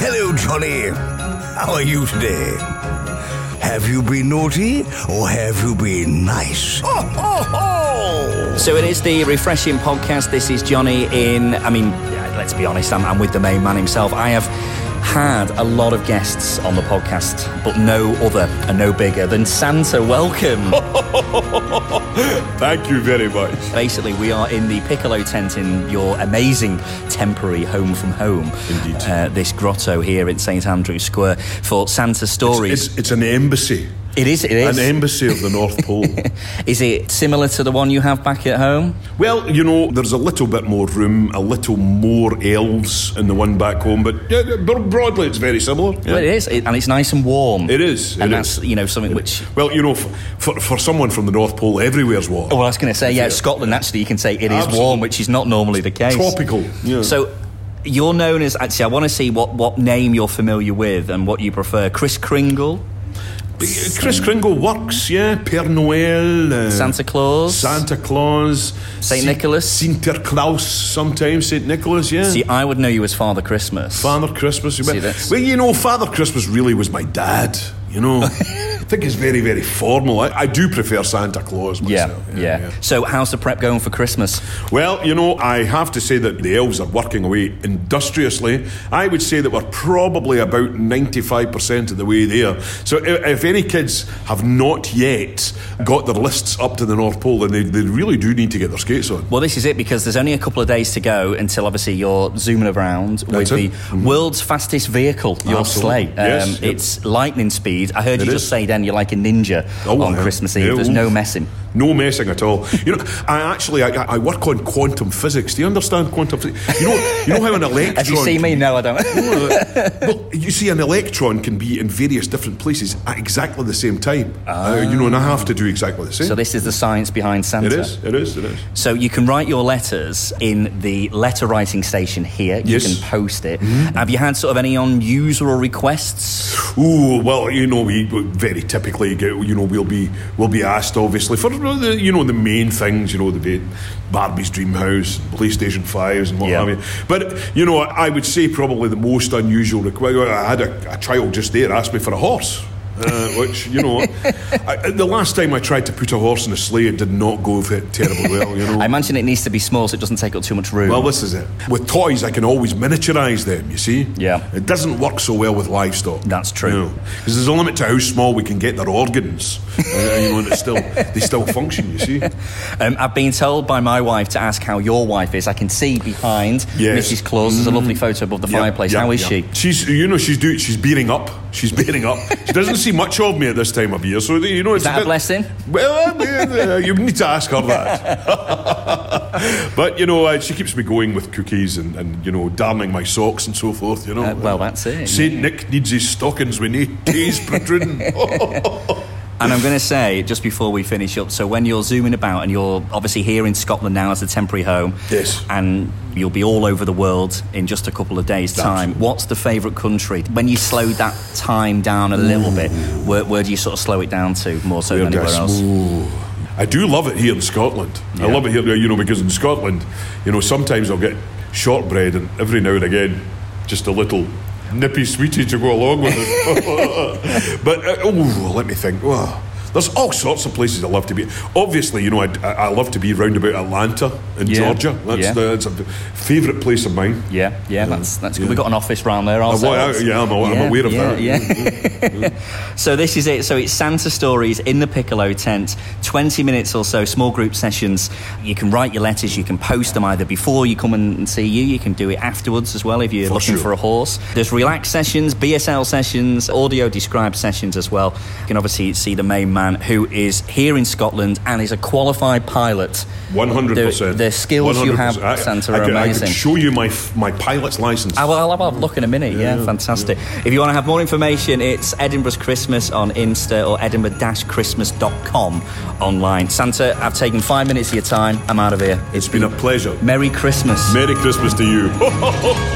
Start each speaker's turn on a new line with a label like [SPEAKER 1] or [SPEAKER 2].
[SPEAKER 1] Hello, Johnny. How are you today? Have you been naughty or have you been nice? Ho, ho, ho!
[SPEAKER 2] So it is the refreshing podcast. This is Johnny in. I mean, yeah, let's be honest. I'm, I'm with the main man himself. I have had a lot of guests on the podcast, but no other and no bigger than Santa. Welcome.
[SPEAKER 3] Thank you very much.
[SPEAKER 2] Basically, we are in the Piccolo tent in your amazing temporary home from home.
[SPEAKER 3] Indeed.
[SPEAKER 2] Uh, this grotto here in St Andrew's Square for Santa stories.
[SPEAKER 3] It's, it's an embassy,
[SPEAKER 2] it is. It
[SPEAKER 3] an
[SPEAKER 2] is.
[SPEAKER 3] embassy of the North Pole.
[SPEAKER 2] is it similar to the one you have back at home?
[SPEAKER 3] well, you know, there's a little bit more room, a little more elves in the one back home, but yeah, yeah, bro- broadly it's very similar. yeah.
[SPEAKER 2] Well, it is, it, and it's nice and warm.
[SPEAKER 3] It is,
[SPEAKER 2] and
[SPEAKER 3] it
[SPEAKER 2] that's
[SPEAKER 3] is.
[SPEAKER 2] you know something which.
[SPEAKER 3] Well, you know, f- for, for someone from the North Pole, everywhere's warm.
[SPEAKER 2] Well, I was going to say, yeah, Scotland. Actually, you can say it is
[SPEAKER 3] Absolutely.
[SPEAKER 2] warm, which is not normally the case.
[SPEAKER 3] Tropical. Yeah.
[SPEAKER 2] So. You're known as actually. I want to see what, what name you're familiar with and what you prefer. Chris Kringle,
[SPEAKER 3] Chris Kringle works, yeah. Père Noël. Uh,
[SPEAKER 2] Santa Claus.
[SPEAKER 3] Santa Claus.
[SPEAKER 2] Saint Nicholas.
[SPEAKER 3] Sinterklaas sometimes, St. Nicholas, yeah.
[SPEAKER 2] See, I would know you as Father Christmas.
[SPEAKER 3] Father Christmas. you
[SPEAKER 2] See,
[SPEAKER 3] bet.
[SPEAKER 2] that's-
[SPEAKER 3] well, you know, Father Christmas really was my dad. You know, I think it's very, very formal. I, I do prefer Santa Claus
[SPEAKER 2] yeah,
[SPEAKER 3] myself.
[SPEAKER 2] yeah, So, how's the prep going for Christmas?
[SPEAKER 3] Well, you know, I have to say that the elves are working away industriously. I would say that we're probably about 95% of the way there. So i- if any kids have not yet got their lists up to the North Pole, then they, they really do need to get their skates on.
[SPEAKER 2] Well, this is it because there's only a couple of days to go until obviously you're zooming around with
[SPEAKER 3] it.
[SPEAKER 2] the
[SPEAKER 3] Mhm.
[SPEAKER 2] world's fastest vehicle, your sleigh.
[SPEAKER 3] Absolutely.
[SPEAKER 2] Um,
[SPEAKER 3] Yes, yep.
[SPEAKER 2] It's lightning speed. I heard you
[SPEAKER 3] It
[SPEAKER 2] just
[SPEAKER 3] is.
[SPEAKER 2] say then you're like a ninja
[SPEAKER 3] Oh,
[SPEAKER 2] on
[SPEAKER 3] yeah.
[SPEAKER 2] Christmas Eve.
[SPEAKER 3] Yeah,
[SPEAKER 2] There's no
[SPEAKER 3] oof.
[SPEAKER 2] messing.
[SPEAKER 3] No messing at all. You know, I actually I, I work on quantum physics. Do you understand quantum physics? You know, you know how an electron.
[SPEAKER 2] Have you seen me? No, I don't.
[SPEAKER 3] well, you see, an electron can be in various different places at exactly the same time. Uh, you know, and I have to do exactly the same.
[SPEAKER 2] so this is the science behind Santa.
[SPEAKER 3] it is. It is. It is.
[SPEAKER 2] So you can write your letters in the letter writing station here. You
[SPEAKER 3] Yes. Mm-hmm.
[SPEAKER 2] can post it. Have you had sort of any unusual requests?
[SPEAKER 3] Ooh, well, you know, we we very typically get, you know, we'll be we'll be asked obviously for uh, the you know the main things, you know, the bit- Barbie's Dream House, PlayStation Fives, and what
[SPEAKER 2] Yeah.
[SPEAKER 3] have you. But you know, I would say probably the most unusual request. I had a, a child just there asked me for a horse. Uh, which you know, I, the last time I tried to put a horse in a sleigh, it did not go ve- terribly well. You know,
[SPEAKER 2] I imagine it needs to be small so it doesn't take up too much room.
[SPEAKER 3] well, this is it. With toys, I can always miniaturize them, you see?
[SPEAKER 2] Yeah.
[SPEAKER 3] It doesn't work so well with livestock.
[SPEAKER 2] That's true.
[SPEAKER 3] Because there's a limit to how small we can get their organs. uh, you know, and it's still, they still function, you see?
[SPEAKER 2] Um, I've been told by my wife to ask how your wife is. I can see behind
[SPEAKER 3] Yes. Mm-hmm.
[SPEAKER 2] Mrs. Claus. There's a lovely photo above the
[SPEAKER 3] Yeah,
[SPEAKER 2] fireplace.
[SPEAKER 3] yeah,
[SPEAKER 2] how is
[SPEAKER 3] yeah.
[SPEAKER 2] she?
[SPEAKER 3] She's, you know, she's doing, she's bearing up. She's bearing up. She doesn't see much of me at this time of year, so, you know, it's
[SPEAKER 2] that a
[SPEAKER 3] bit-
[SPEAKER 2] blessing?
[SPEAKER 3] Well, uh, you need to ask her that. but, you know, uh, she keeps me going with cookies and, and, you know, darning my socks and so forth, you know.
[SPEAKER 2] Uh, well, that's it.
[SPEAKER 3] Saint Nick needs his stockings with no taes protruding. Oh,
[SPEAKER 2] And I'm going to say, just before we finish up, so when you're zooming about and you're obviously here in Scotland now as a temporary home,
[SPEAKER 3] Yes.
[SPEAKER 2] and you'll be all over the world in just a couple of days' time, what's the favourite country? When you slow that time down a little bit, where, where do you sort of slow it down to more so than anywhere else?
[SPEAKER 3] Ooh. I do love it here in Scotland. I
[SPEAKER 2] Yeah.
[SPEAKER 3] love it here, you know, because in Scotland, you know, sometimes I'll get shortbread and every now and again, just a little nippy sweetie to go along with it. but, uh, oh, let me think. Wow. There's all sorts of places I love to be. Obviously, you know, I, I love to be round about Atlanta in
[SPEAKER 2] Yeah.
[SPEAKER 3] Georgia. That's,
[SPEAKER 2] Yeah.
[SPEAKER 3] the, that's a favourite place of mine.
[SPEAKER 2] Yeah, yeah, that's that's good.
[SPEAKER 3] yeah.
[SPEAKER 2] We've got an office round there ourselves.
[SPEAKER 3] I- yeah, I'm aw- I'm aware of that.
[SPEAKER 2] yeah, yeah. so this is it. So it's Santa stories in the Piccolo tent. Twenty minutes or so, small group sessions. You can write your letters. You can post them either before you come and see you. You can do it afterwards as well if you're looking
[SPEAKER 3] sure.
[SPEAKER 2] for a horse. There's relax sessions, BSL sessions, audio described sessions as well. You can obviously see the main man who is here in Scotland and is a qualified pilot.
[SPEAKER 3] One hundred
[SPEAKER 2] The-
[SPEAKER 3] percent.
[SPEAKER 2] the skills you have, Santa,
[SPEAKER 3] I,
[SPEAKER 2] are
[SPEAKER 3] could, I
[SPEAKER 2] amazing.
[SPEAKER 3] could show you my f- my pilot's license.
[SPEAKER 2] Ah, well, I'll have a look in a minute. Yeah, fantastic. If you want to have more information, it's Edinburgh's Christmas on Insta or edinburgh-christmas.com online. Santa, I've taken five minutes of your time. I'm out of here.
[SPEAKER 3] it's been a pleasure.
[SPEAKER 2] Merry Christmas.
[SPEAKER 3] Merry Christmas to you.